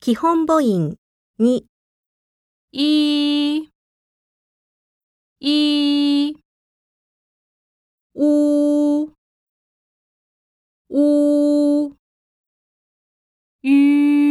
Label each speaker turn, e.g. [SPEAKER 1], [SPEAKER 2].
[SPEAKER 1] 基本母音2、
[SPEAKER 2] 一、一、う、う、ゆ。